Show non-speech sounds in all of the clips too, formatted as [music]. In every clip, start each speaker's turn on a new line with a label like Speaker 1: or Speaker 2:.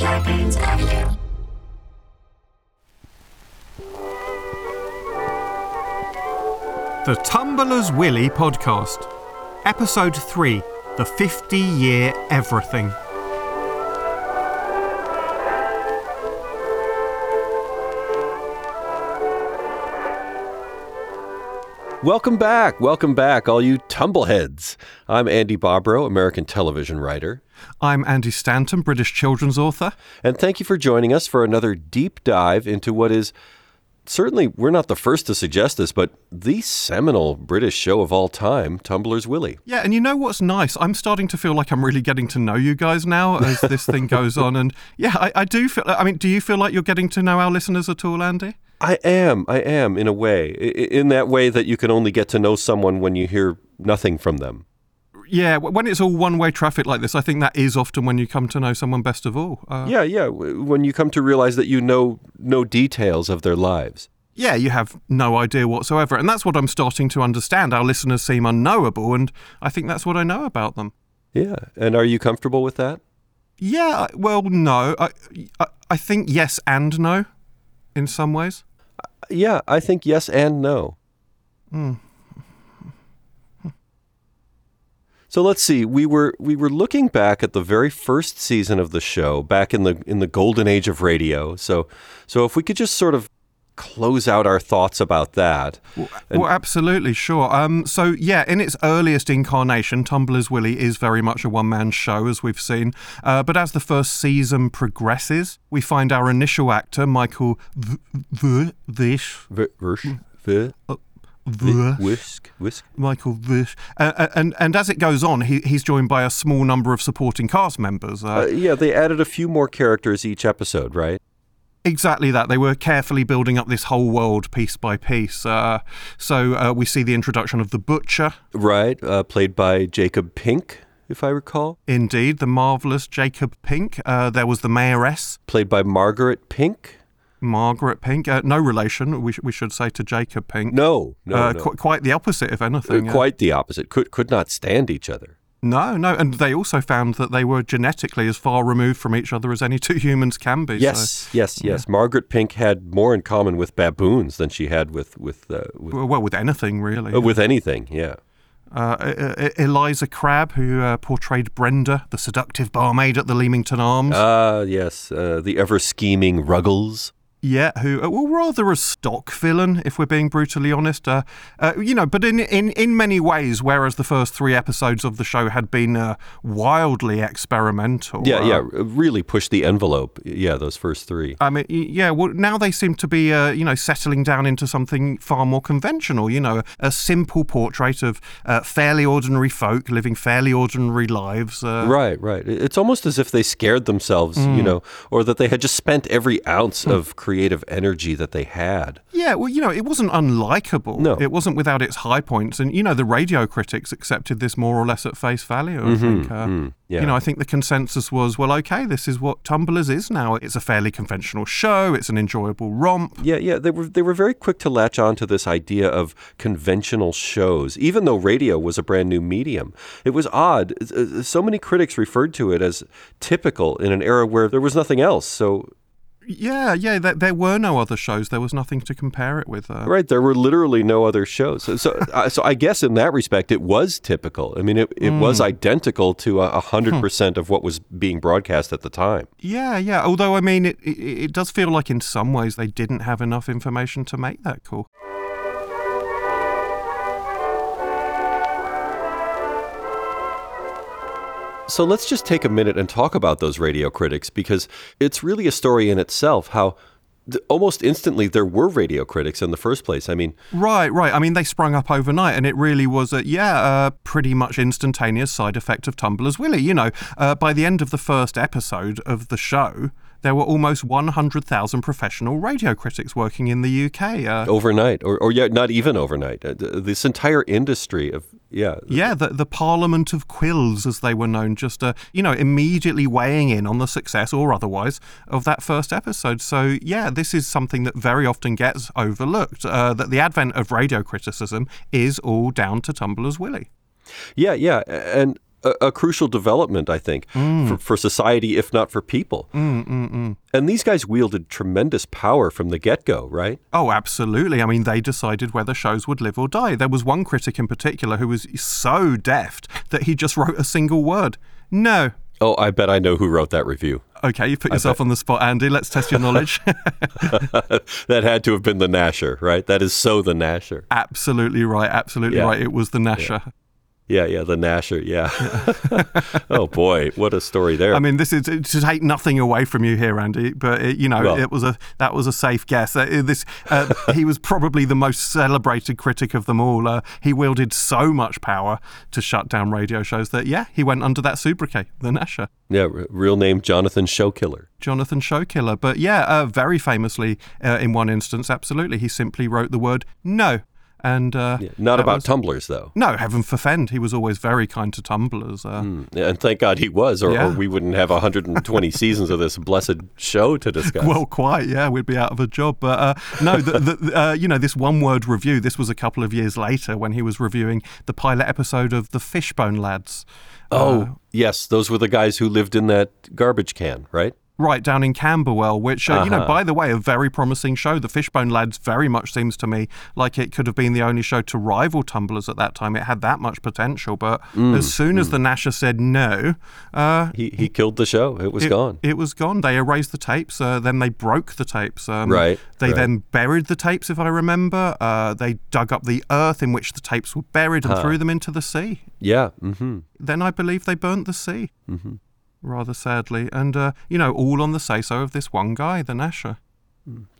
Speaker 1: Scarpins Avenue.
Speaker 2: The Tumbler's Willie podcast, episode 3 The 50 Year Everything.
Speaker 3: Welcome back. Welcome back, all you tumbleheads. I'm Andy Bobrow, American television writer,
Speaker 2: I'm Andy Stanton, British children's author.
Speaker 3: and thank you for joining us for another deep dive into what is certainly, we're not the first to suggest this, but the seminal British show of all time, Tumblr's Willie.
Speaker 2: Yeah, and you know what's nice? I'm starting to feel like I'm really getting to know you guys now as this thing goes on. And yeah, I, I do feel, I mean, do you feel like you're getting to know our listeners at all, Andy?
Speaker 3: I am, I am, in a way, I- i- in that way that you can only get to know someone when you hear nothing from them.
Speaker 2: Yeah, w- when it's all one way traffic like this, I think that is often when you come to know someone best of all. Uh,
Speaker 3: Yeah, yeah, w- when you come to realize that you know no details of their lives.
Speaker 2: yeah, you have no idea whatsoever. And that's what I'm starting to understand. Our listeners seem unknowable, and I think that's what I know about them.
Speaker 3: Yeah, and are you comfortable with that?
Speaker 2: Yeah, well, no. I, I, I think yes and no in some ways.
Speaker 3: Yeah, I think yes and no.
Speaker 2: Hmm.
Speaker 3: So let's see. We were we were looking back at the very first season of the show, back in the in the golden age of radio. So so if we could just sort of close out our thoughts about that.
Speaker 2: well, absolutely, sure. Um, so, yeah, in its earliest incarnation, Tumblr's Willie is very much a one man show, as we've seen. Uh, but as the first season progresses, we find our initial actor, Michael V. v- Vish.
Speaker 3: V-
Speaker 2: hmm.
Speaker 3: Versh, v-
Speaker 2: Vish.
Speaker 3: Whisk, whisk.
Speaker 2: Michael Vish. Uh, and, and as it goes on, he, he's joined by a small number of supporting cast members. Uh,
Speaker 3: Uh, yeah, they added a few more characters each episode, right?
Speaker 2: Exactly that. They were carefully building up this whole world piece by piece. Uh, so uh, we see the introduction of the Butcher,
Speaker 3: Right, uh, played by Jacob Pink, if I recall,
Speaker 2: indeed, the marvellous Jacob Pink. Uh, there was the Mayoress,
Speaker 3: played by Margaret Pink.
Speaker 2: Margaret Pink. Uh, no relation, we, sh- we should say, to Jacob Pink.
Speaker 3: No, no,
Speaker 2: uh,
Speaker 3: no.
Speaker 2: Qu- quite the opposite, if
Speaker 3: Uh,
Speaker 2: anything. Uh,
Speaker 3: Quite the opposite. Could could not stand each other.
Speaker 2: no, no. And they also found that they were genetically as far removed from each other as any two humans can be. so-
Speaker 3: Yes, yes, yes. Margaret Pink had more in common with baboons than she had with with uh, with,
Speaker 2: well, with anything, really.
Speaker 3: uh, with anything. Yeah.
Speaker 2: uh, E- E- Eliza Crabb, who uh, portrayed Brenda, the seductive barmaid at the Leamington Arms.
Speaker 3: Ah, yes. Uh, the ever scheming Ruggles.
Speaker 2: Yeah, who uh, well rather a stock villain, if we're being brutally honest. Uh, uh, you know, but in, in in many ways, whereas the first three episodes of the show had been uh, wildly experimental.
Speaker 3: Yeah,
Speaker 2: uh,
Speaker 3: yeah. Really pushed the envelope. Yeah, those first three.
Speaker 2: I mean, y- yeah. Well, now they seem to be, uh, you know, settling down into something far more conventional. You know, a simple portrait of uh, fairly ordinary folk living fairly ordinary lives. Uh,
Speaker 3: Right, right. It- It's almost as if they scared themselves, you know, or that they had just spent every ounce of creative energy that they had.
Speaker 2: Yeah, well, you know, it wasn't unlikable.
Speaker 3: No.
Speaker 2: It wasn't without its high points. And, you know, the radio critics accepted this more or less at face value,
Speaker 3: Mm-hmm,
Speaker 2: I think. Uh,
Speaker 3: yeah.
Speaker 2: You know, I think the consensus was, well, okay, this is what Tumblers is now. It's a fairly conventional show, it's an enjoyable romp.
Speaker 3: Yeah, yeah, they were they were very quick to latch on to this idea of conventional shows, even though radio was a brand new medium. It was odd. S- uh, s- So many critics referred to it as typical in an era where there was nothing else. So,
Speaker 2: Yeah, yeah, there, there were no other shows. There was nothing to compare it with. Uh,
Speaker 3: right, there were literally no other shows. So, [laughs] so, I, so I guess in that respect, it was typical. I mean, it, it was identical to a hundred percent of what was being broadcast at the time.
Speaker 2: yeah, yeah. Although, I mean, it, it, it does feel like in some ways they didn't have enough information to make that call.
Speaker 3: So let's just take a minute and talk about those radio critics because it's really a story in itself how th- almost instantly there were radio critics in the first place. I mean,
Speaker 2: Right, right. I mean, they sprung up overnight, and it really was a yeah, a pretty much instantaneous side effect of Tumblr's Willie. You know, uh, by the end of the first episode of the show, there were almost 100,000 professional radio critics working in the UK. Uh,
Speaker 3: overnight or, or yeah, not even overnight. Uh, th- This entire industry of, yeah.
Speaker 2: yeah, the, the Parliament of Quills, as they were known, just uh, you know, immediately weighing in on the success or otherwise of that first episode. So yeah, this is something that very often gets overlooked. Uh, that the advent of radio criticism is all down to Tumblr's Willie.
Speaker 3: Yeah, yeah. And a, a crucial development, I think, for, for society, if not for people. And these guys wielded tremendous power from the get go, right?
Speaker 2: Oh, absolutely. I mean, they decided whether shows would live or die. There was one critic in particular who was so deft that he just wrote a single word no.
Speaker 3: Oh, I bet I know who wrote that review. [laughs]
Speaker 2: Okay, you put yourself on the spot, Andy. Let's test your knowledge. [laughs]
Speaker 3: that had to have been the Nasher, right? That is so the Nasher.
Speaker 2: absolutely right. Absolutely
Speaker 3: Yeah.
Speaker 2: right. It was the Nasher.
Speaker 3: Yeah, yeah, the
Speaker 2: [laughs]
Speaker 3: Nasher. Yeah. oh boy, what a story there.
Speaker 2: I mean, this is to take nothing away from you here, Andy. But it, you know,
Speaker 3: Well-
Speaker 2: it was a that was a safe guess. Uh, this uh, [laughs] he was probably the most celebrated critic of them all. Uh, he wielded so much power to shut down radio shows that yeah, he went under that sobriquet, the Nasher.
Speaker 3: yeah, r- real name Jonathan Showkiller.
Speaker 2: Jonathan Showkiller. But yeah, uh, very famously, uh, in one instance, absolutely, he simply wrote the word no. And uh,
Speaker 3: Not
Speaker 2: that
Speaker 3: about
Speaker 2: was-
Speaker 3: tumblers though.
Speaker 2: No, heaven forfend. He was always very kind to tumblers. Uh,
Speaker 3: Mm, And thank God he was, or, or
Speaker 2: Yeah.
Speaker 3: we wouldn't
Speaker 2: [laughs]
Speaker 3: have 120 seasons of this blessed show to discuss.
Speaker 2: Well, quite, yeah, we'd be out of a job. But uh, no, the, the, uh, you know, this one word review, this was a couple of years later when he was reviewing the pilot episode of The Fishbone Lads.
Speaker 3: oh, yes, those were the guys who lived in that garbage can, right?
Speaker 2: Right down in Camberwell, which, uh, you know, by the way, a very promising show. The Fishbone Lads very much seems to me like it could have been the only show to rival Tumblers at that time. It had that much potential, but as soon as the Nasher said no, uh,
Speaker 3: He he killed the show. It was
Speaker 2: it,
Speaker 3: gone.
Speaker 2: It was gone. They erased the tapes. Uh, then they broke the tapes. Um,
Speaker 3: Right,
Speaker 2: They
Speaker 3: right.
Speaker 2: then buried the tapes, if I remember. Uh, they dug up the earth in which the tapes were buried and threw them into the sea.
Speaker 3: Yeah. hmm
Speaker 2: Then I believe they burnt the sea. Mm-hmm. Rather sadly, and uh, you know, all on the say-so of this one guy, the Nasher,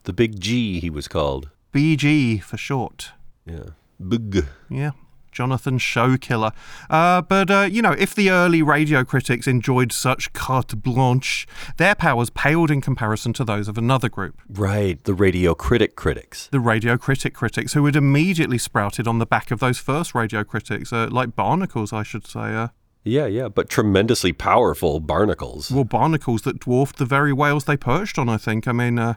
Speaker 3: The Big G he was called.
Speaker 2: BG for short.
Speaker 3: Yeah. Big.
Speaker 2: Yeah. Jonathan Showkiller. Uh, but, uh, you know, if the early radio critics enjoyed such carte blanche, their powers paled in comparison to those of another group.
Speaker 3: Right. The radio critic critics.
Speaker 2: the radio critic critics who had immediately sprouted on the back of those first radio critics, uh, like barnacles, I should say. Uh,
Speaker 3: Yeah, yeah, but tremendously powerful barnacles.
Speaker 2: well, barnacles that dwarfed the very whales they perched on, I think. I mean, uh,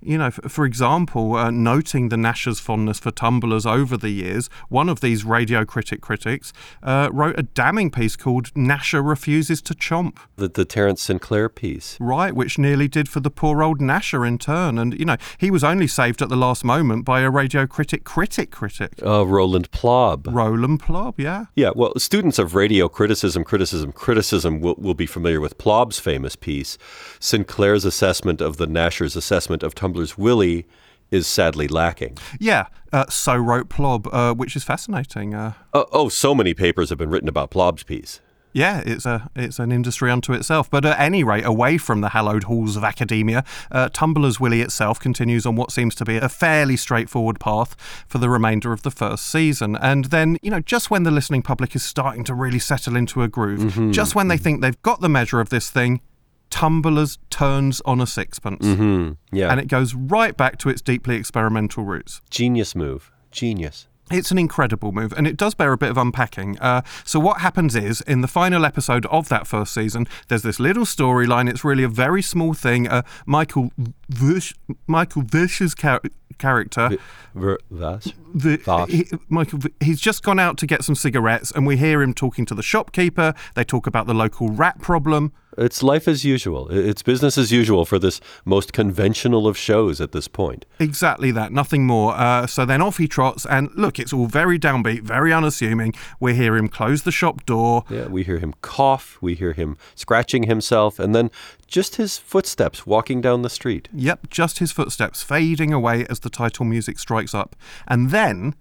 Speaker 2: you know, f- for example, uh, noting the Nasher's fondness for tumblers over the years, one of these radio critic critics uh, wrote a damning piece called Nasher Refuses to Chomp.
Speaker 3: The, the Terrence Sinclair piece.
Speaker 2: Right, which nearly did for the poor old Nasher in turn. And, you know, he was only saved at the last moment by a radio critic critic critic.
Speaker 3: Uh, Roland Plob.
Speaker 2: Roland Plob, yeah.
Speaker 3: Yeah, well, students of radio criticism, criticism, criticism will, will be familiar with Plob's famous piece. Sinclair's assessment of the Nasher's assessment of Tumblr's Willie is sadly lacking.
Speaker 2: Yeah, uh, so wrote Plob, uh, which is fascinating. Uh,
Speaker 3: Uh, oh, so many papers have been written about Plob's piece.
Speaker 2: yeah, it's a it's an industry unto itself. But at any rate, away from the hallowed halls of academia, uh, Tumblr's Willy itself continues on what seems to be a fairly straightforward path for the remainder of the first season. And then, you know, just when the listening public is starting to really settle into a groove, just when they think they've got the measure of this thing, Tumblr's turns on a sixpence,
Speaker 3: Hmm, yeah.
Speaker 2: and it goes right back to its deeply experimental roots.
Speaker 3: Genius move. Genius.
Speaker 2: It's an incredible move, and it does bear a bit of unpacking. Uh, so, what happens is, in the final episode of that first season, there's this little storyline. It's really a very small thing. Uh, Michael Vish, Michael Vish's char- character,
Speaker 3: Ver- vas-
Speaker 2: the,
Speaker 3: Vosh.
Speaker 2: he, Michael, V- he's just gone out to get some cigarettes, and we hear him talking to the shopkeeper. They talk about the local rat problem.
Speaker 3: It's life as usual. I- It's business as usual for this most conventional of shows at this point.
Speaker 2: Exactly that, nothing more. Uh, so then off he trots, and look, it's all very downbeat, very unassuming. We hear him close the shop door.
Speaker 3: Yeah, we hear him cough, we hear him scratching himself, and then just his footsteps walking down the street.
Speaker 2: Yep, just his footsteps fading away as the title music strikes up. And then,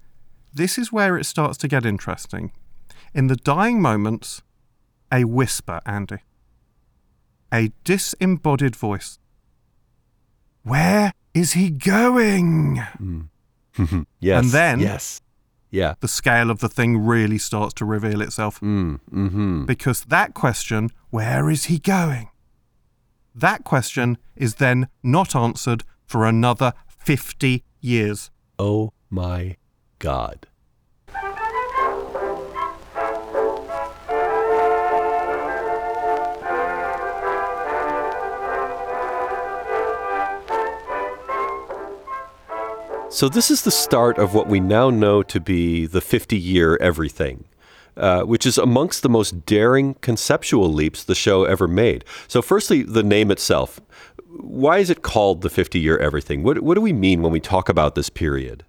Speaker 2: this is where it starts to get interesting. In the dying moments, a whisper, Andy. A disembodied voice. Where is he going?
Speaker 3: [laughs] Yes.
Speaker 2: Mm-hmm. And then-
Speaker 3: Yes. Yeah.
Speaker 2: The scale of the thing really starts to reveal itself
Speaker 3: Mm, hmm
Speaker 2: because that question, where is he going? That question is then not answered for another 50 years.
Speaker 3: Oh my God. So, this is the start of what we now know to be the 50 year everything. uh, which is amongst the most daring conceptual leaps the show ever made. So, firstly, the name itself. Why is it called the 50 year everything? What, what do we mean when we talk about this period?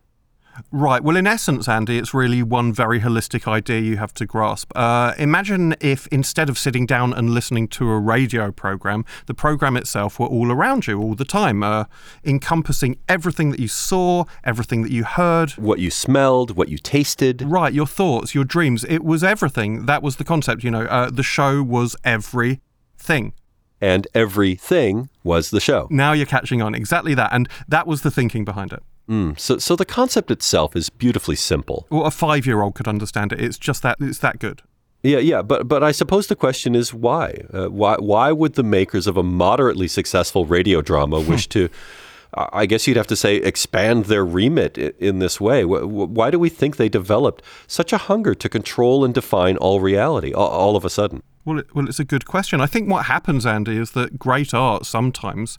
Speaker 2: Right. Well, in essence, Andy, it's really one very holistic idea you have to grasp. Uh, imagine if instead of sitting down and listening to a radio program, the program itself were all around you all the time, uh, encompassing everything that you saw, everything that you heard.
Speaker 3: What you smelled, what you tasted.
Speaker 2: Right. Your thoughts, your dreams. It was everything. That was the concept. You know, uh, the show was everything
Speaker 3: And everything was the show.
Speaker 2: now you're catching on exactly that and that was the thinking behind it
Speaker 3: Mm, So, so the concept itself is beautifully simple.
Speaker 2: well, a five-year-old could understand it it's just that it's that good
Speaker 3: Yeah, yeah, but but I suppose the question is why? Uh, why why would the makers of a moderately successful radio drama
Speaker 2: Hmm.
Speaker 3: wish to? I I guess you'd have to say expand their remit i- in this way. Wh- wh- Why do we think they developed such a hunger to control and define all reality a- all of a sudden?
Speaker 2: well, it, well it's a good question i think what happens andy is that great art sometimes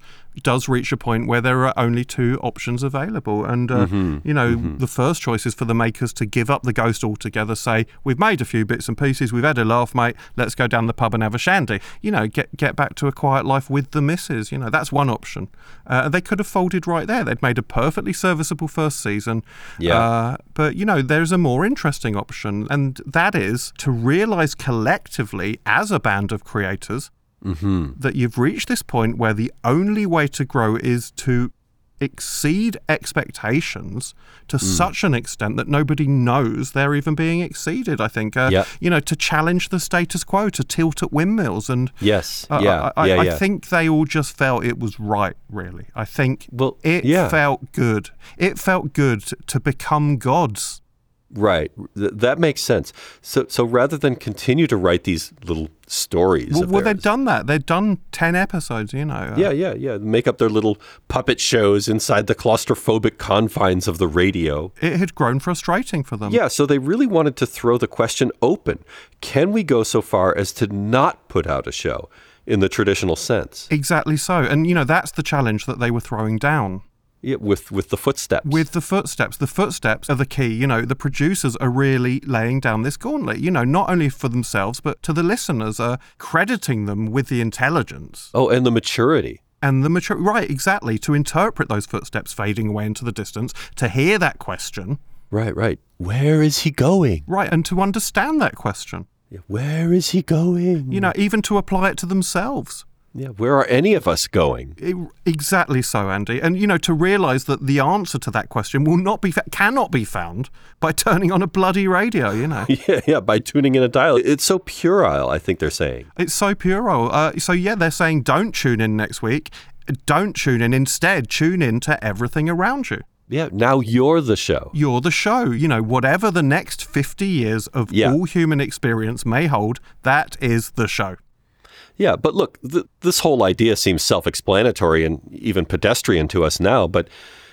Speaker 2: does reach a point where there are only two options available and uh, you know the first choice is for the makers to give up the ghost altogether say we've made a few bits and pieces we've had a laugh mate let's go down the pub and have a shandy you know get get back to a quiet life with the missus you know that's one option uh, they could have folded right there they'd made a perfectly serviceable first season
Speaker 3: Yeah.
Speaker 2: uh, uh, but you know, there's a more interesting option, and that is to realize collectively as a band of creators that you've reached this point where the only way to grow is to exceed expectations to such an extent that nobody knows they're even being exceeded. I think, uh,
Speaker 3: Yep.
Speaker 2: you know, to challenge the status quo, to tilt at windmills, and
Speaker 3: Yes,
Speaker 2: I-
Speaker 3: yeah,
Speaker 2: I, I,
Speaker 3: yeah,
Speaker 2: I
Speaker 3: yeah.
Speaker 2: think they all just felt it was right, really. I think
Speaker 3: Well,
Speaker 2: it
Speaker 3: yeah.
Speaker 2: felt good. It felt good to become gods.
Speaker 3: Right, Th- that makes sense. So, so rather than continue to write these little stories,
Speaker 2: Well,
Speaker 3: of
Speaker 2: well, they've
Speaker 3: theirs-
Speaker 2: done that. They've done 10 episodes, you know. uh,
Speaker 3: Yeah, yeah, yeah. Make up their little puppet shows inside the claustrophobic confines of the radio.
Speaker 2: It had grown frustrating for them.
Speaker 3: Yeah, so they really wanted to throw the question open can we go so far as to not put out a show in the traditional sense
Speaker 2: Exactly so. And, you know, that's the challenge that they were throwing down.
Speaker 3: yeah, with, with the footsteps?
Speaker 2: With the footsteps, the footsteps are the key. You know, the producers are really laying down this gauntlet, you know, not only for themselves, but to the listeners, uh, crediting them with the intelligence.
Speaker 3: oh, and the maturity.
Speaker 2: and the mature right exactly to interpret those footsteps fading away into the distance to hear that question
Speaker 3: Right, right. Where is he going?
Speaker 2: right and to understand that question
Speaker 3: Yeah, Where is he going?
Speaker 2: you know even to apply it to themselves
Speaker 3: yeah, where are any of us going? [laughs]
Speaker 2: I- exactly so andy and you know to realize that the answer to that question will not be fa- cannot be found by [laughs] turning on a bloody radio you
Speaker 3: [laughs]
Speaker 2: know
Speaker 3: Yeah, yeah, by tuning in a dial. It's so puerile, I think they're saying.
Speaker 2: it's so puerile uh, so yeah they're saying don't tune in next week don't tune in instead tune in to everything around you
Speaker 3: Yeah, now you're the show.
Speaker 2: you're the show. You know, whatever the next 50 years of
Speaker 3: Yeah.
Speaker 2: all human experience may hold, that is the show.
Speaker 3: Yeah, but look, th- this whole idea seems self explanatory and even pedestrian to us now, but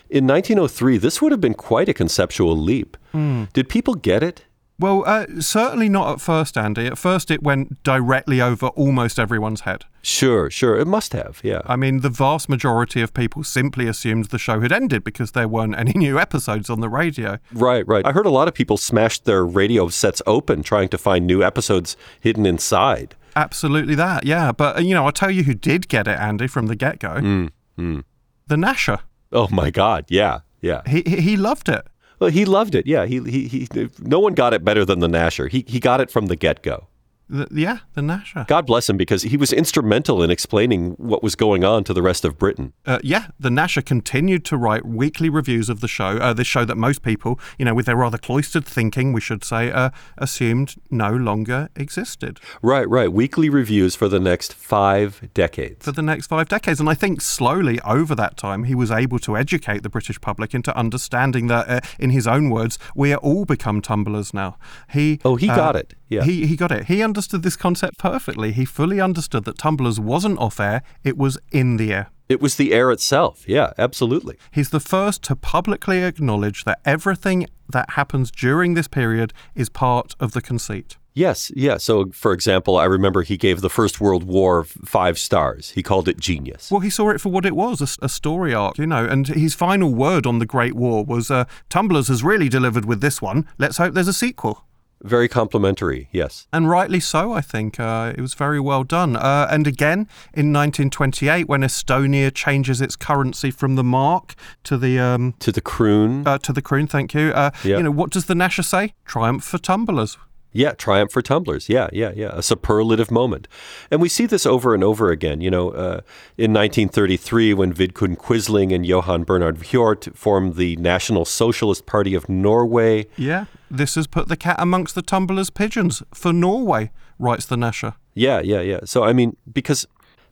Speaker 3: in 1903, this would have been quite a conceptual leap. Did people get it?
Speaker 2: Well, uh, certainly not at first, Andy. At first, it went directly over almost everyone's head.
Speaker 3: Sure, sure. It must have, yeah.
Speaker 2: I mean, the vast majority of people simply assumed the show had ended because there weren't any new episodes on the radio.
Speaker 3: right, right. I heard a lot of people smashed their radio sets open trying to find new episodes hidden inside.
Speaker 2: Absolutely that, yeah. But, uh, you know, I'll tell you who did get it, Andy, from the get go the Nasher.
Speaker 3: Oh my God, yeah, yeah.
Speaker 2: He, he, he loved it.
Speaker 3: Well, he loved it, yeah. He, he, he, no one got it better than the Nasher. He, he got it from the get go.
Speaker 2: The, yeah, the Nasher.
Speaker 3: God bless him because he was instrumental in explaining what was going on to the rest of Britain.
Speaker 2: Uh, yeah, the Nasher continued to write weekly reviews of the show, uh, this show that most people, you know, with their rather cloistered thinking, we should say, uh, assumed no longer existed
Speaker 3: Right, right. Weekly reviews for the next five decades.
Speaker 2: for the next five decades. And I think slowly over that time, he was able to educate the British public into understanding that, uh, in his own words, we are all become tumblers now. He
Speaker 3: Oh, he
Speaker 2: uh,
Speaker 3: got it. Yeah.
Speaker 2: He, he got it. He understood this concept perfectly. He fully understood that Tumblers wasn't off air, it was in the air.
Speaker 3: it was the air itself. Yeah, absolutely.
Speaker 2: He's the first to publicly acknowledge that everything that happens during this period is part of the conceit.
Speaker 3: Yes, yeah. So, for example, I remember he gave the First World War f- five stars. He called it genius.
Speaker 2: Well, he saw it for what it was a, s- a story arc, you know, and his final word on the Great War was uh, Tumblers has really delivered with this one. Let's hope there's a sequel.
Speaker 3: Very complimentary, yes.
Speaker 2: And rightly so, I think. Uh, it was very well done. Uh, and again, in 1928, when Estonia changes its currency from the mark to the um,
Speaker 3: To the croon.
Speaker 2: uh, to the kroon, thank you. Uh,
Speaker 3: Yeah.
Speaker 2: You know, what does the Nasher say? Triumph for tumblers.
Speaker 3: Yeah, triumph for tumblers. Yeah, yeah, yeah. A superlative moment. And we see this over and over again. You know, uh, in 1933, when Vidkun Quisling and Johan Bernhard Hjort formed the National Socialist Party of Norway.
Speaker 2: Yeah, this has put the cat amongst the tumblers' pigeons for Norway, writes the Nasher.
Speaker 3: Yeah, yeah, yeah. So, I mean, because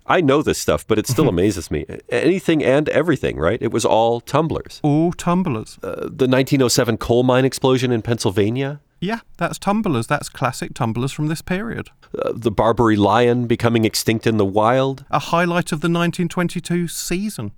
Speaker 3: I know this stuff, but
Speaker 2: [laughs]
Speaker 3: it still amazes me. Anything and everything, right? It was all tumblers.
Speaker 2: All tumblers.
Speaker 3: Uh, the 1907 coal mine explosion in Pennsylvania.
Speaker 2: Yeah, that's tumblers. That's classic tumblers from this period.
Speaker 3: Uh, the Barbary lion becoming extinct in the wild.
Speaker 2: A highlight of the 1922 season,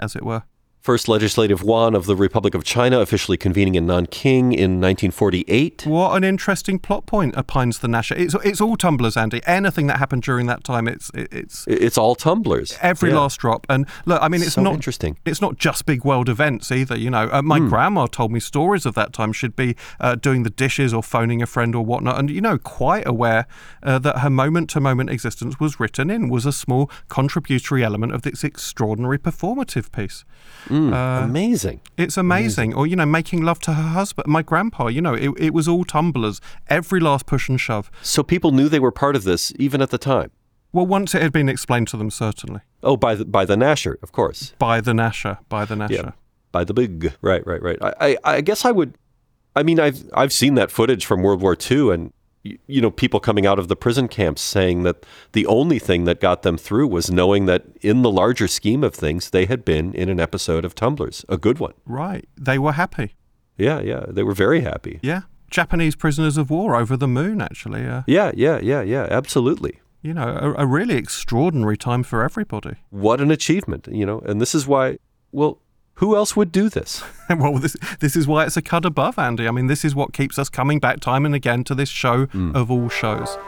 Speaker 2: as it were.
Speaker 3: First Legislative Yuan of the Republic of China officially convening in Nanking in 1948.
Speaker 2: What an interesting plot point opines the Nasher. It's, it's all tumblers, Andy. Anything that happened during that time, it's it- it's
Speaker 3: It's all tumblers.
Speaker 2: every
Speaker 3: Yeah.
Speaker 2: last drop. And look, I mean, it's
Speaker 3: So
Speaker 2: not
Speaker 3: interesting.
Speaker 2: It's not just big world events either. You know, uh, my grandma told me stories of that time. She'd be uh, doing the dishes or phoning a friend or whatnot, and you know, quite aware uh, that her moment-to-moment existence was written in, was a small contributory element of this extraordinary performative piece. uh,
Speaker 3: Amazing.
Speaker 2: It's amazing. Or, you know, making love to her husband, my grandpa, you know, it, it was all tumblers, every last push and shove.
Speaker 3: So people knew they were part of this even at the time.
Speaker 2: Well, once it had been explained to them, certainly,
Speaker 3: Oh, by the, by the Nasher, of course.
Speaker 2: by the Nasher, by the Nasher.
Speaker 3: Yeah. By the big. Right, right, right. I, I, I guess I would. I mean, I've, I've seen that footage from World War II and, y- you know, people coming out of the prison camps saying that the only thing that got them through was knowing that in the larger scheme of things, they had been in an episode of Tumblers, a good one.
Speaker 2: Right. They were happy.
Speaker 3: Yeah, yeah. They were very happy.
Speaker 2: Yeah. Japanese prisoners of war over the moon, actually. Uh,
Speaker 3: Yeah, yeah, yeah, yeah. Absolutely.
Speaker 2: you know, a, a really extraordinary time for everybody. [laughs]
Speaker 3: What an achievement, you know. And this is why, well, who else would do this?
Speaker 2: well, this, this is why it's a cut above, Andy. I mean, this is what keeps us coming back time and again to this show
Speaker 3: Mm.
Speaker 2: of all shows.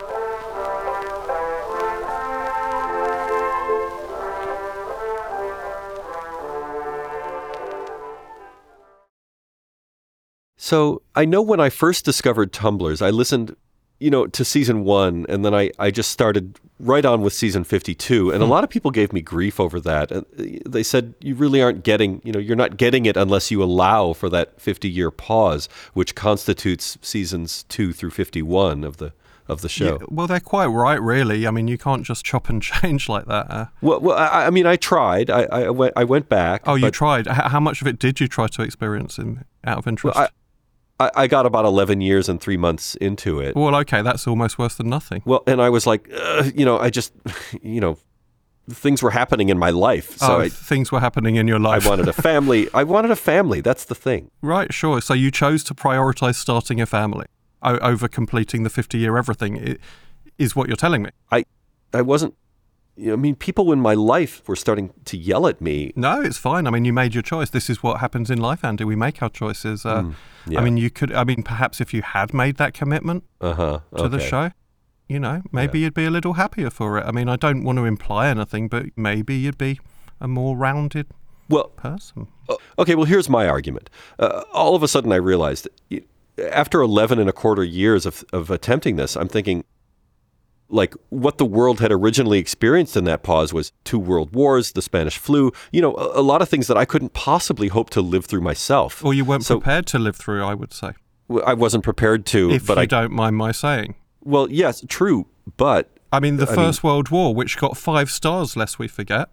Speaker 3: So I know when I first discovered Tumblers, I listened, you know, to season one, and then I, I just started right on with season 52.
Speaker 2: Hmm.
Speaker 3: And a lot of people gave me grief over that. And uh, They said, you really aren't getting, you know, you're not getting it unless you allow for that 50 year pause, which constitutes seasons two through 51 of the. Of the show.
Speaker 2: Yeah, well, they're quite right, really. I mean, you can't just chop and [laughs] change like that. Uh,
Speaker 3: Well, well I, I mean, I tried. I, I went. I went back.
Speaker 2: oh, you
Speaker 3: but
Speaker 2: tried. H- how much of it did you try to experience in, out of interest?
Speaker 3: I- I, I got about eleven years and three months into it.
Speaker 2: well, okay, that's almost worse than nothing.
Speaker 3: Well, and I was like, "Ugh," you know, I just, [laughs] you know, things were happening in my life, so
Speaker 2: oh, things were happening in your
Speaker 3: I, I
Speaker 2: life.
Speaker 3: wanted a family. I wanted a family. That's the thing.
Speaker 2: Right, sure. So you chose to prioritize starting a family o- over completing the 50 year everything, i- is what you're telling me.
Speaker 3: I, I wasn't. you know, I mean, people in my life were starting to yell at me.
Speaker 2: No, it's fine. I mean, you made your choice. This is what happens in life, Andy. We make our choices. Uh,
Speaker 3: Mm, yeah.
Speaker 2: I mean, you could, I mean, perhaps if you had made that commitment
Speaker 3: Uh huh.
Speaker 2: to the show, you know, maybe you'd be a little happier for it. I mean, I don't want to imply anything, but maybe you'd be a more rounded
Speaker 3: Well,
Speaker 2: person.
Speaker 3: Uh, okay, well, here's my argument. Uh, all of a sudden, I realized y- after 11 and a quarter years of, of attempting this, I'm thinking, like, what the world had originally experienced in that pause was two world wars, the Spanish flu, you know, a, a lot of things that I couldn't possibly hope to live through myself.
Speaker 2: Or you weren't
Speaker 3: So-
Speaker 2: prepared to live through, I would say,
Speaker 3: W- I wasn't prepared to,
Speaker 2: if
Speaker 3: but
Speaker 2: you
Speaker 3: I.
Speaker 2: don't mind my saying.
Speaker 3: Well, yes, true, but
Speaker 2: I mean, the First World War, which got five stars, lest we forget,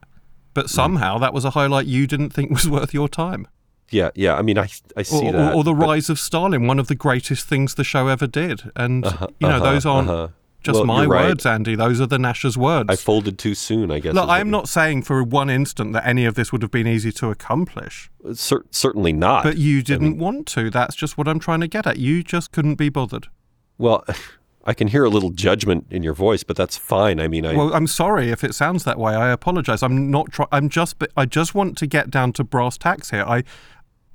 Speaker 2: but
Speaker 3: Hmm.
Speaker 2: somehow that was a highlight you didn't think was [laughs] worth your time.
Speaker 3: yeah, yeah, I mean, I, I see
Speaker 2: Or, or-
Speaker 3: that.
Speaker 2: or the
Speaker 3: but-
Speaker 2: rise of Stalin, one of the greatest things the show ever did. And, you know,
Speaker 3: uh-huh,
Speaker 2: those aren't
Speaker 3: uh-huh.
Speaker 2: just
Speaker 3: Well,
Speaker 2: my
Speaker 3: you're right.
Speaker 2: words, Andy. Those are the Nasher's words.
Speaker 3: I folded too soon, I guess. is
Speaker 2: Look,
Speaker 3: what
Speaker 2: I'm
Speaker 3: you-
Speaker 2: not saying for one instant that any of this would have been easy to accomplish,
Speaker 3: Cer- certainly not.
Speaker 2: but you didn't want to. That's just what I'm trying to get at. You just couldn't be bothered.
Speaker 3: Well, [laughs] I can hear a little judgment in your voice, but that's fine. I mean, I
Speaker 2: Well, I'm sorry if it sounds that way. I apologize. I'm not try- I'm just but I just want to get down to brass tacks here. I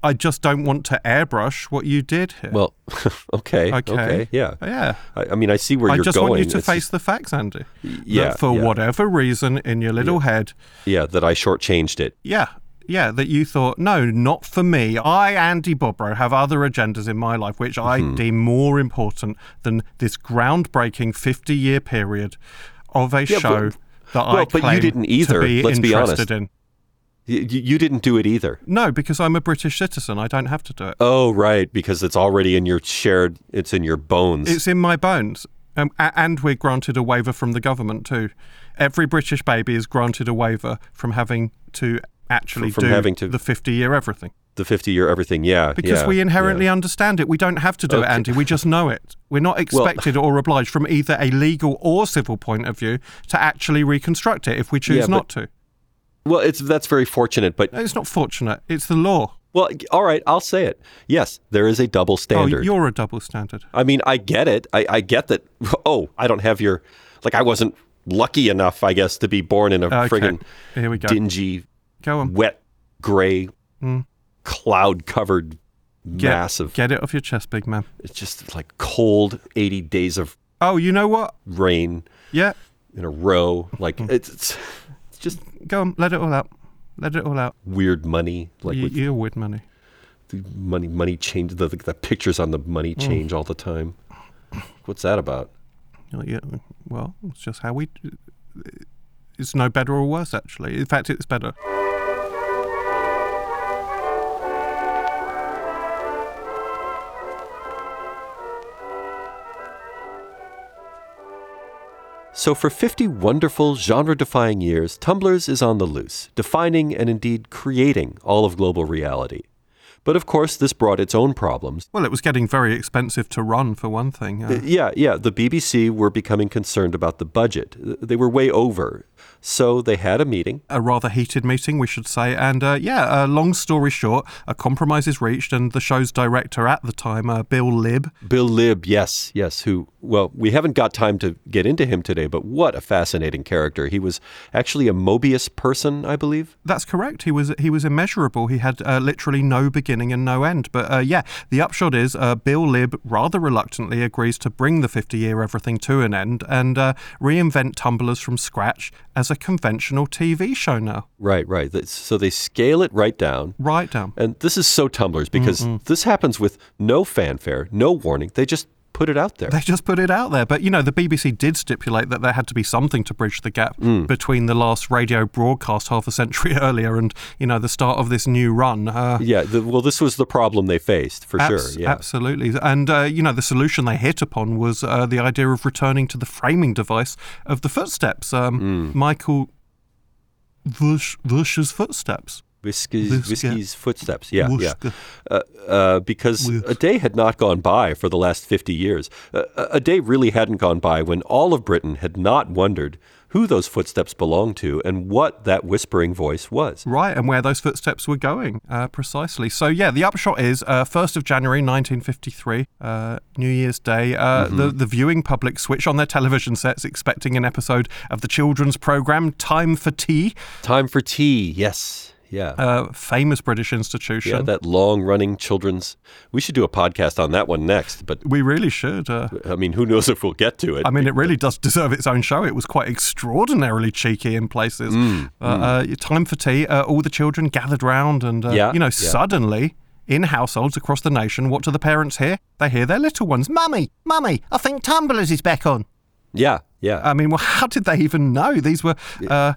Speaker 2: I just don't want to airbrush what you did here.
Speaker 3: well, [laughs] okay,
Speaker 2: Okay.
Speaker 3: okay, yeah.
Speaker 2: yeah.
Speaker 3: I, I mean, I see where
Speaker 2: I
Speaker 3: you're
Speaker 2: just
Speaker 3: going.
Speaker 2: want you to
Speaker 3: It's-
Speaker 2: face the facts, Andy.
Speaker 3: yeah,
Speaker 2: That for
Speaker 3: yeah.
Speaker 2: whatever reason in your little head,
Speaker 3: yeah, that I shortchanged it.
Speaker 2: yeah, yeah, that you thought, no, not for me. I, Andy Bobrow, have other agendas in my life which I
Speaker 3: Mm-hmm.
Speaker 2: deem more important than this groundbreaking 50 year period of a
Speaker 3: Yeah,
Speaker 2: show
Speaker 3: but-
Speaker 2: that
Speaker 3: well,
Speaker 2: I
Speaker 3: but you
Speaker 2: claim
Speaker 3: didn't either,
Speaker 2: to be
Speaker 3: let's be
Speaker 2: interested
Speaker 3: honest.
Speaker 2: in.
Speaker 3: Y- y- you didn't do it either.
Speaker 2: No, because I'm a British citizen. I don't have to do it.
Speaker 3: Oh, right, because it's already in your shared, it's in your bones.
Speaker 2: It's in my bones. Um, a- and we're granted a waiver from the government too. Every British baby is granted a waiver from having to actually
Speaker 3: From
Speaker 2: do
Speaker 3: having to-
Speaker 2: the 50 year everything.
Speaker 3: the 50 year everything, yeah.
Speaker 2: Because
Speaker 3: yeah,
Speaker 2: we
Speaker 3: yeah.
Speaker 2: inherently understand it. We don't have to do it,
Speaker 3: Okay.
Speaker 2: Andy. We just know it. We're not expected or obliged from either a legal or civil point of view to actually reconstruct it if we choose
Speaker 3: Yeah, but-
Speaker 2: not to.
Speaker 3: Well, it's that's very fortunate, but
Speaker 2: It's not fortunate. It's the law.
Speaker 3: well, all right, I'll say it. Yes, there is a double
Speaker 2: Oh,
Speaker 3: standard.
Speaker 2: you're a double standard.
Speaker 3: I mean, I get it. I, I get that. [laughs] Oh, I don't have your like. I wasn't lucky enough, I guess, to be born in a
Speaker 2: Okay.
Speaker 3: friggin'
Speaker 2: Here we go.
Speaker 3: dingy,
Speaker 2: go on.
Speaker 3: wet, gray,
Speaker 2: Hmm.
Speaker 3: cloud-covered
Speaker 2: Get,
Speaker 3: mass of
Speaker 2: Get it off your chest, big man.
Speaker 3: it's just like cold 80 days of
Speaker 2: Oh, you know what?
Speaker 3: rain
Speaker 2: Yeah.
Speaker 3: in a row. Like
Speaker 2: Hmm.
Speaker 3: it's, it's it's just
Speaker 2: Go on. Let it all out. Let it all out.
Speaker 3: weird money. Like
Speaker 2: you,
Speaker 3: with
Speaker 2: you're with money.
Speaker 3: the money money change the, the the pictures on the money
Speaker 2: Hmm.
Speaker 3: change all the time. What's that about?
Speaker 2: You're like, yeah, well, it's just how we. It's no better or worse, actually. In fact, it's better.
Speaker 3: So, for 50 wonderful, genre defying years, Tumblrs is on the loose, defining and indeed creating all of global reality. But of course, this brought its own problems.
Speaker 2: Well, it was getting very expensive to run, for one thing. Uh,
Speaker 3: Yeah, yeah, the BBC were becoming concerned about the budget. They were way over. So, they had a meeting.
Speaker 2: a rather heated meeting, we should say. And uh, yeah, uh, long story short, a compromise is reached, and the show's director at the time, uh, Bill Lib,
Speaker 3: Bill Lib, yes, yes, who, well, we haven't got time to get into him today, but what a fascinating character. He was actually a Mobius person, I believe.
Speaker 2: That's correct. He was he was immeasurable. He had uh, literally no beginning and no end. But uh, yeah, the upshot is uh, Bill Lib rather reluctantly agrees to bring the 50 year everything to an end and uh, reinvent Tumblers from scratch as a conventional TV show now.
Speaker 3: Right, right. Th- So, they scale it right down.
Speaker 2: Right down.
Speaker 3: And this is so tumblers because this happens with no fanfare, no warning. They just put it out there.
Speaker 2: They just put it out there. But, you know, the BBC did stipulate that there had to be something to bridge the gap
Speaker 3: Mm.
Speaker 2: between the last radio broadcast half a century [laughs] earlier and, you know, the start of this new run. Uh,
Speaker 3: yeah. The, well, this was the problem they faced for
Speaker 2: Abs-
Speaker 3: sure. Yeah.
Speaker 2: Absolutely. And, uh, you know, the solution they hit upon was uh, the idea of returning to the framing device of the footsteps.
Speaker 3: Mm.
Speaker 2: Um, Michael Vush, Vush's footsteps.
Speaker 3: Whiskey's,
Speaker 2: Whisker.
Speaker 3: Whiskey's footsteps. Yeah. Yeah.
Speaker 2: Vushka.
Speaker 3: Uh, uh, because a day had not gone by for the last 50 years. Uh, a a day really hadn't gone by when all of Britain had not wondered who those footsteps belonged to and what that whispering voice was.
Speaker 2: Right, and where those footsteps were going, uh, precisely. So, yeah, the upshot is uh, 1st of January 1953, uh, New Year's Day, uh,
Speaker 3: Mm-hmm.
Speaker 2: the, the viewing public switch on their television sets expecting an episode of the children's programme Time for Tea,
Speaker 3: Time for tea. Yes. Yeah.
Speaker 2: uh, famous British
Speaker 3: yeah.
Speaker 2: institution.
Speaker 3: That long running children's. We should do a podcast on that one next, but
Speaker 2: we really should. Uh,
Speaker 3: I mean, who knows if we'll get to it?
Speaker 2: I mean, it really does deserve its own show. It was quite extraordinarily cheeky in places.
Speaker 3: Mm,
Speaker 2: uh, Uh, time for tea. Uh, all the children gathered round, and uh,
Speaker 3: Yeah,
Speaker 2: you know,
Speaker 3: yeah.
Speaker 2: suddenly in households across the nation, what do the parents hear? They hear their little ones, "Mummy, mummy, I think Tumblers is back on."
Speaker 3: yeah, yeah.
Speaker 2: I mean, well, [laughs] how did they even know? These were, uh,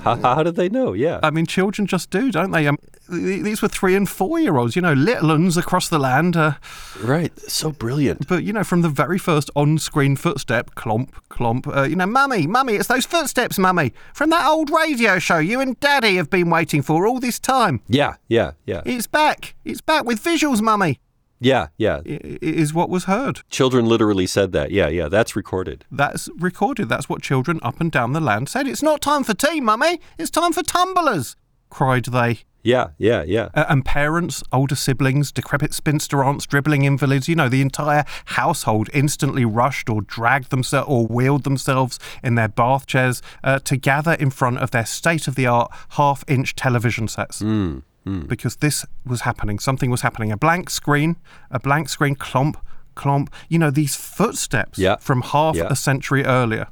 Speaker 3: how, how did they know? Yeah.
Speaker 2: I mean, children just do, don't they? Um, th- these were three and four year olds, you know, little uns across the land. Uh,
Speaker 3: right. So brilliant.
Speaker 2: But you know, from the very first on-screen footstep, clomp, clomp. Uh, you know, mummy, mummy, it's those footsteps, mummy, from that old radio show you and daddy have been waiting for all this time.
Speaker 3: [laughs] Yeah, yeah, yeah.
Speaker 2: It's back. It's back with visuals, mummy.
Speaker 3: Yeah, yeah.
Speaker 2: I- i- is what was heard.
Speaker 3: Children literally said that. Yeah, yeah. That's recorded.
Speaker 2: That's recorded. That's what children up and down the land said. It's not time for tea, mummy. It's time for tumblers. Cried they.
Speaker 3: Yeah, yeah, yeah.
Speaker 2: Uh, and parents, older siblings, decrepit spinster aunts, dribbling invalids, you know, the entire household instantly rushed or dragged themselves or wheeled themselves in their bath chairs uh, to gather in front of their state of the art half inch television sets.
Speaker 3: Hmm,
Speaker 2: Because this was happening. Something was happening. A blank screen, a blank screen clomp, clomp. You know, these footsteps
Speaker 3: Yeah.
Speaker 2: from half
Speaker 3: Yeah. Hmm.
Speaker 2: a century earlier.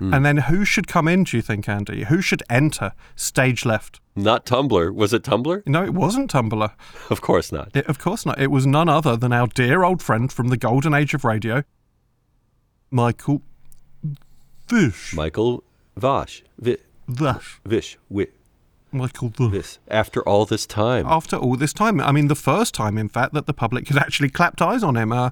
Speaker 2: And then who should come in, do you think, Andy? Who should enter stage left?
Speaker 3: Not Tumblr. Was it Tumblr? [laughs]
Speaker 2: No, it wasn't Tumblr.
Speaker 3: Of course not.
Speaker 2: It, of course not. It was none other than our dear old friend from the golden age of radio, Michael Vish.
Speaker 3: Michael Vosh. Vi-
Speaker 2: Vish.
Speaker 3: Vish. Wi-
Speaker 2: Michael Vish.
Speaker 3: This. After all this time.
Speaker 2: after all this time. I mean, the first time, in fact, that the public had actually clapped eyes on him. Uh,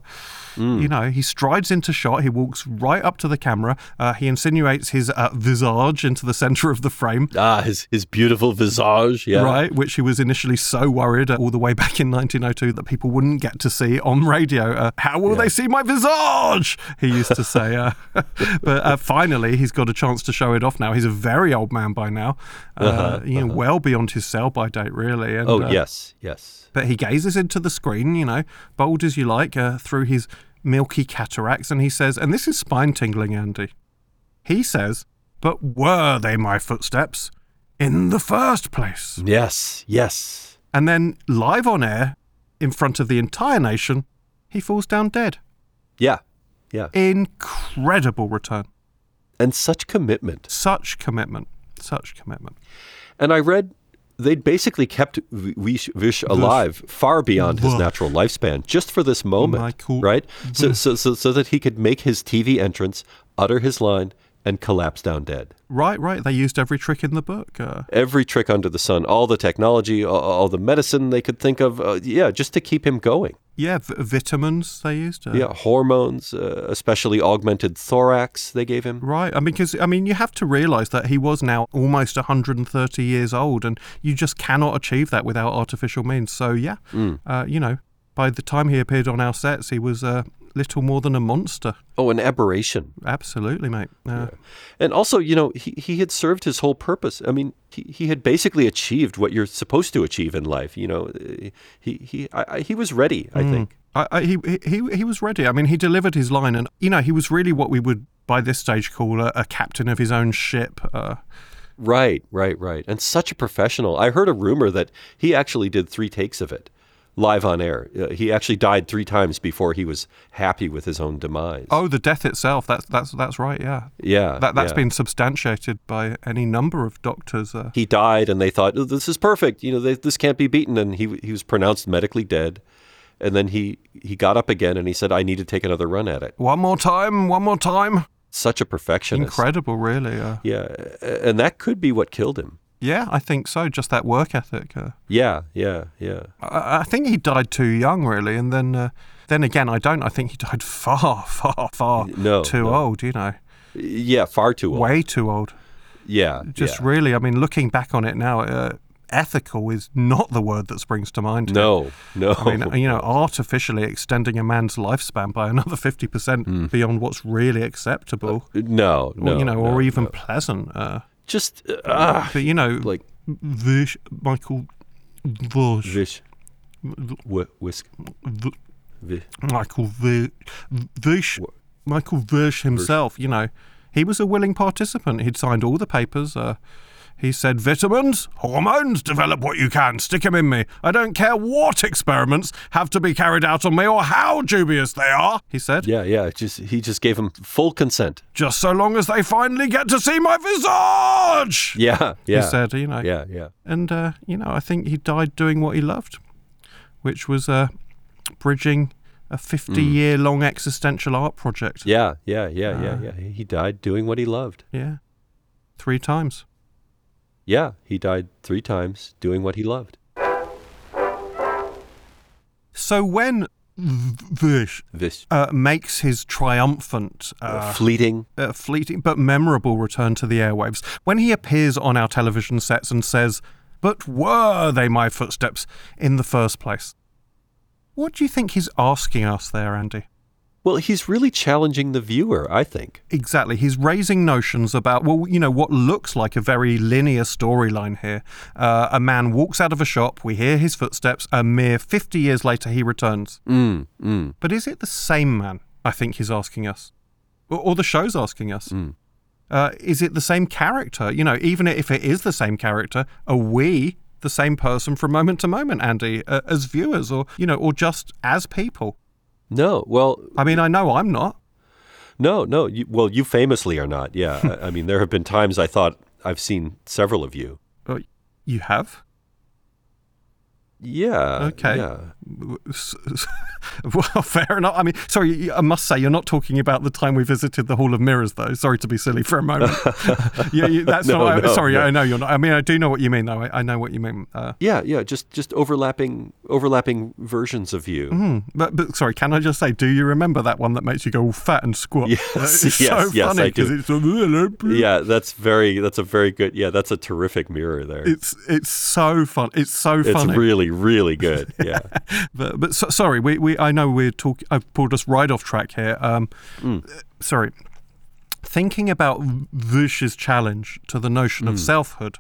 Speaker 2: You know, he strides into shot. He walks right up to the camera. Uh, he insinuates his uh, visage into the center of the frame.
Speaker 3: Ah, his, his beautiful visage. Yeah.
Speaker 2: Right, which he was initially so worried uh, all the way back in 1902 that people wouldn't get to see on radio. Uh, How will they see my visage? He used to say. Uh, [laughs] but uh, finally, he's got a chance to show it off now. He's a very old man by now, uh, you know, well beyond his sell by date, really. And,
Speaker 3: Uh-huh, Oh,
Speaker 2: uh,
Speaker 3: yes. Yes.
Speaker 2: but he gazes into the screen, you know, bold as you like, uh, through his milky cataracts, and he says, and this is spine tingling, Andy. He says, But were they my footsteps in the first place?
Speaker 3: Yes. Yes.
Speaker 2: And then, live on air, in front of the entire nation, he falls down dead.
Speaker 3: Yeah. Yeah.
Speaker 2: Incredible return.
Speaker 3: And such commitment.
Speaker 2: Such commitment. Such commitment.
Speaker 3: And I read they'd basically kept V- Vish, Vish alive far beyond his
Speaker 2: Vush.
Speaker 3: natural lifespan just for this moment,
Speaker 2: Michael
Speaker 3: right? So, so, so, so that he could make his TV entrance, utter his line, and collapse down dead.
Speaker 2: Right, right. They used every trick in the book. Uh,
Speaker 3: Every trick under the sun, all the technology, all, all the medicine they could think of, uh, yeah, just to keep him going.
Speaker 2: yeah, v- vitamins they used. Uh,
Speaker 3: Yeah, hormones, uh, especially augmented thorax they gave him.
Speaker 2: Right. I mean, because I mean, you have to realise that he was now almost 130 years old, and you just cannot achieve that without artificial means. So yeah, uh, you know, by the time he appeared on our sets, he was uh, little more than a monster.
Speaker 3: Oh, an aberration.
Speaker 2: Absolutely, mate. Uh,
Speaker 3: And also, you know, he, he had served his whole purpose. I mean, he, he had basically achieved what you're supposed to achieve in life. You know, Uh, he he I, I, he was ready.
Speaker 2: Hmm.
Speaker 3: I think.
Speaker 2: I, I, he he he was ready. I mean, he delivered his line, and you know, he was really what we would by this stage call a, a captain of his own ship. Uh,
Speaker 3: Right, right, right. And such a professional. I heard a rumor that he actually did three takes of it, live on air. Uh, he actually died three times before he was happy with his own demise.
Speaker 2: oh, the death itself. That's that's that's right. Yeah.
Speaker 3: yeah,
Speaker 2: That, that's
Speaker 3: yeah.
Speaker 2: been substantiated by any number of doctors. Uh,
Speaker 3: He died, and they thought "Oh, this is perfect. You know, they, this can't be beaten. And he he was pronounced medically dead. And then he he got up again, and he said, "I need to take another run at it."
Speaker 2: one more time, one more time.
Speaker 3: such a perfectionist.
Speaker 2: Incredible, really. Uh,
Speaker 3: Yeah, and that could be what killed him.
Speaker 2: yeah, I think so. Just that work ethic. Uh,
Speaker 3: Yeah, yeah, yeah.
Speaker 2: I, I think he died too young, really. And then, uh, then again, I don't. I think he died [laughs] far, far, far
Speaker 3: No,
Speaker 2: too
Speaker 3: no.
Speaker 2: old. You know,
Speaker 3: Yeah, far too old.
Speaker 2: way too old.
Speaker 3: Yeah,
Speaker 2: Just
Speaker 3: yeah.
Speaker 2: really. I mean, looking back on it now, uh, ethical is not the word that springs to mind.
Speaker 3: no, no.
Speaker 2: I mean, you know, artificially extending a man's lifespan by another 50% beyond what's really acceptable,
Speaker 3: [laughs] no, Hmm. no.
Speaker 2: or, you know,
Speaker 3: no,
Speaker 2: or even
Speaker 3: no.
Speaker 2: pleasant. Uh,
Speaker 3: just uh, ah,
Speaker 2: but, you know,
Speaker 3: like
Speaker 2: Vish, Michael Vish.
Speaker 3: vish, w- whisk,
Speaker 2: V-
Speaker 3: vi-
Speaker 2: Michael v- Vish, Michael Vish himself, you know, he was a willing participant. He'd signed all the papers. Uh, he said, vitamins, hormones, develop what you can, stick 'em in me. I don't care what experiments have to be carried out on me or how dubious they are, he said,
Speaker 3: Yeah, yeah. Just he just gave him full consent.
Speaker 2: just so long as they finally get to see my visage,
Speaker 3: Yeah, yeah.
Speaker 2: he said, you know.
Speaker 3: yeah, yeah.
Speaker 2: And, uh, you know, I think he died doing what he loved, which was uh, bridging a 50
Speaker 3: Mm.
Speaker 2: year long existential art project.
Speaker 3: Yeah, yeah, yeah,
Speaker 2: Ah.
Speaker 3: yeah, yeah. He died doing what he loved.
Speaker 2: Yeah. Three times.
Speaker 3: Yeah, he died three times doing what he loved.
Speaker 2: So when Vish
Speaker 3: This
Speaker 2: uh, makes his triumphant, uh,
Speaker 3: fleeting.
Speaker 2: uh, fleeting but memorable return to the airwaves, when he appears on our television sets and says, But were they my footsteps in the first place? What do you think he's asking us there, Andy?
Speaker 3: Well, he's really challenging the viewer, I think.
Speaker 2: Exactly. He's raising notions about, well, you know, what looks like a very linear storyline here. Uh, a man walks out of a shop, we hear his footsteps, a mere 50 years later, he returns.
Speaker 3: Mm, mm.
Speaker 2: But is it the same man? I think he's asking us, or, or the show's asking us.
Speaker 3: mm.
Speaker 2: Uh, is it the same character? You know, even if it is the same character, are we the same person from moment to moment, Andy, uh, as viewers, or you know, or just as people?
Speaker 3: No, well,
Speaker 2: I mean, I know I'm not.
Speaker 3: No, no. You, well, you famously are not.
Speaker 2: [laughs]
Speaker 3: Yeah. I, I mean, there have been times I thought I've seen several of you.
Speaker 2: Uh, you have?
Speaker 3: Yeah.
Speaker 2: Okay.
Speaker 3: Yeah.
Speaker 2: [laughs] well, fair enough. I mean, sorry, I must say you're not talking about the time we visited the Hall of Mirrors, though. Sorry to be silly for a moment.
Speaker 3: [laughs]
Speaker 2: yeah, you, that's
Speaker 3: No,
Speaker 2: not. I-
Speaker 3: no,
Speaker 2: sorry,
Speaker 3: no.
Speaker 2: I know you're not. I mean, I do know what you mean, though. I, I know what you mean. Uh,
Speaker 3: Yeah, yeah, just just overlapping overlapping versions of you.
Speaker 2: hmm. but, but sorry, can I just say, do you remember that one that makes you go all fat and squat?
Speaker 3: Yes,
Speaker 2: it's so
Speaker 3: yes, yes,
Speaker 2: funny
Speaker 3: I do.
Speaker 2: 'cause It's, a-
Speaker 3: Yeah, that's very that's a very good. Yeah, that's a terrific mirror there.
Speaker 2: it's it's so fun. It's so
Speaker 3: It's
Speaker 2: funny. [laughs]
Speaker 3: really really good. Yeah.
Speaker 2: But, but so, sorry, we, we I know we're talking. I've pulled us right off track here. Um,
Speaker 3: Mm.
Speaker 2: uh, Sorry, thinking about Vush's challenge to the notion
Speaker 3: Mm.
Speaker 2: of selfhood.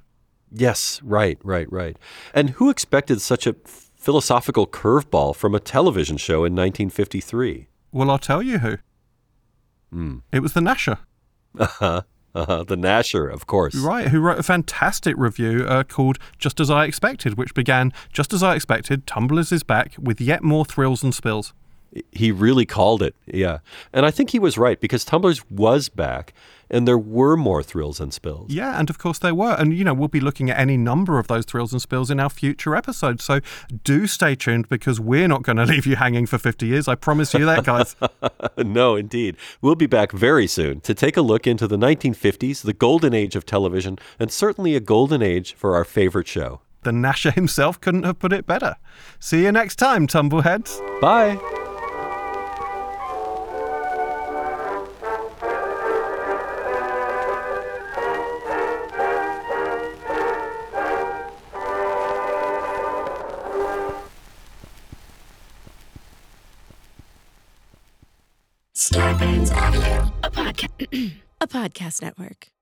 Speaker 3: yes, right, right, right. And who expected such a philosophical curveball from a television show in 1953?
Speaker 2: Well, I'll tell you who.
Speaker 3: Hmm.
Speaker 2: It was the Nasher,
Speaker 3: Uh-huh. Uh-huh. The Nasher, of course.
Speaker 2: right? Who wrote a fantastic review uh, called "Just as I Expected," which began, "Just as I expected, Tumblers is back with yet more thrills and spills."
Speaker 3: He really called it. Yeah. And I think he was right because Tumblr's was back and there were more thrills and spills.
Speaker 2: Yeah, and of course they were. And, you know, we'll be looking at any number of those thrills and spills in our future episodes. So do stay tuned because we're not going to [laughs] leave you hanging for 50 years. I promise you that, guys.
Speaker 3: [laughs]
Speaker 2: [laughs]
Speaker 3: no, indeed. We'll be back very soon to take a look into the 1950s, the golden age of television, and certainly a golden age for our favorite show.
Speaker 2: the Nasher himself couldn't have put it better. See you next time, Tumbleheads.
Speaker 3: Bye.
Speaker 1: [clears throat] Scarpins Avenue, a podcast, a podcast network.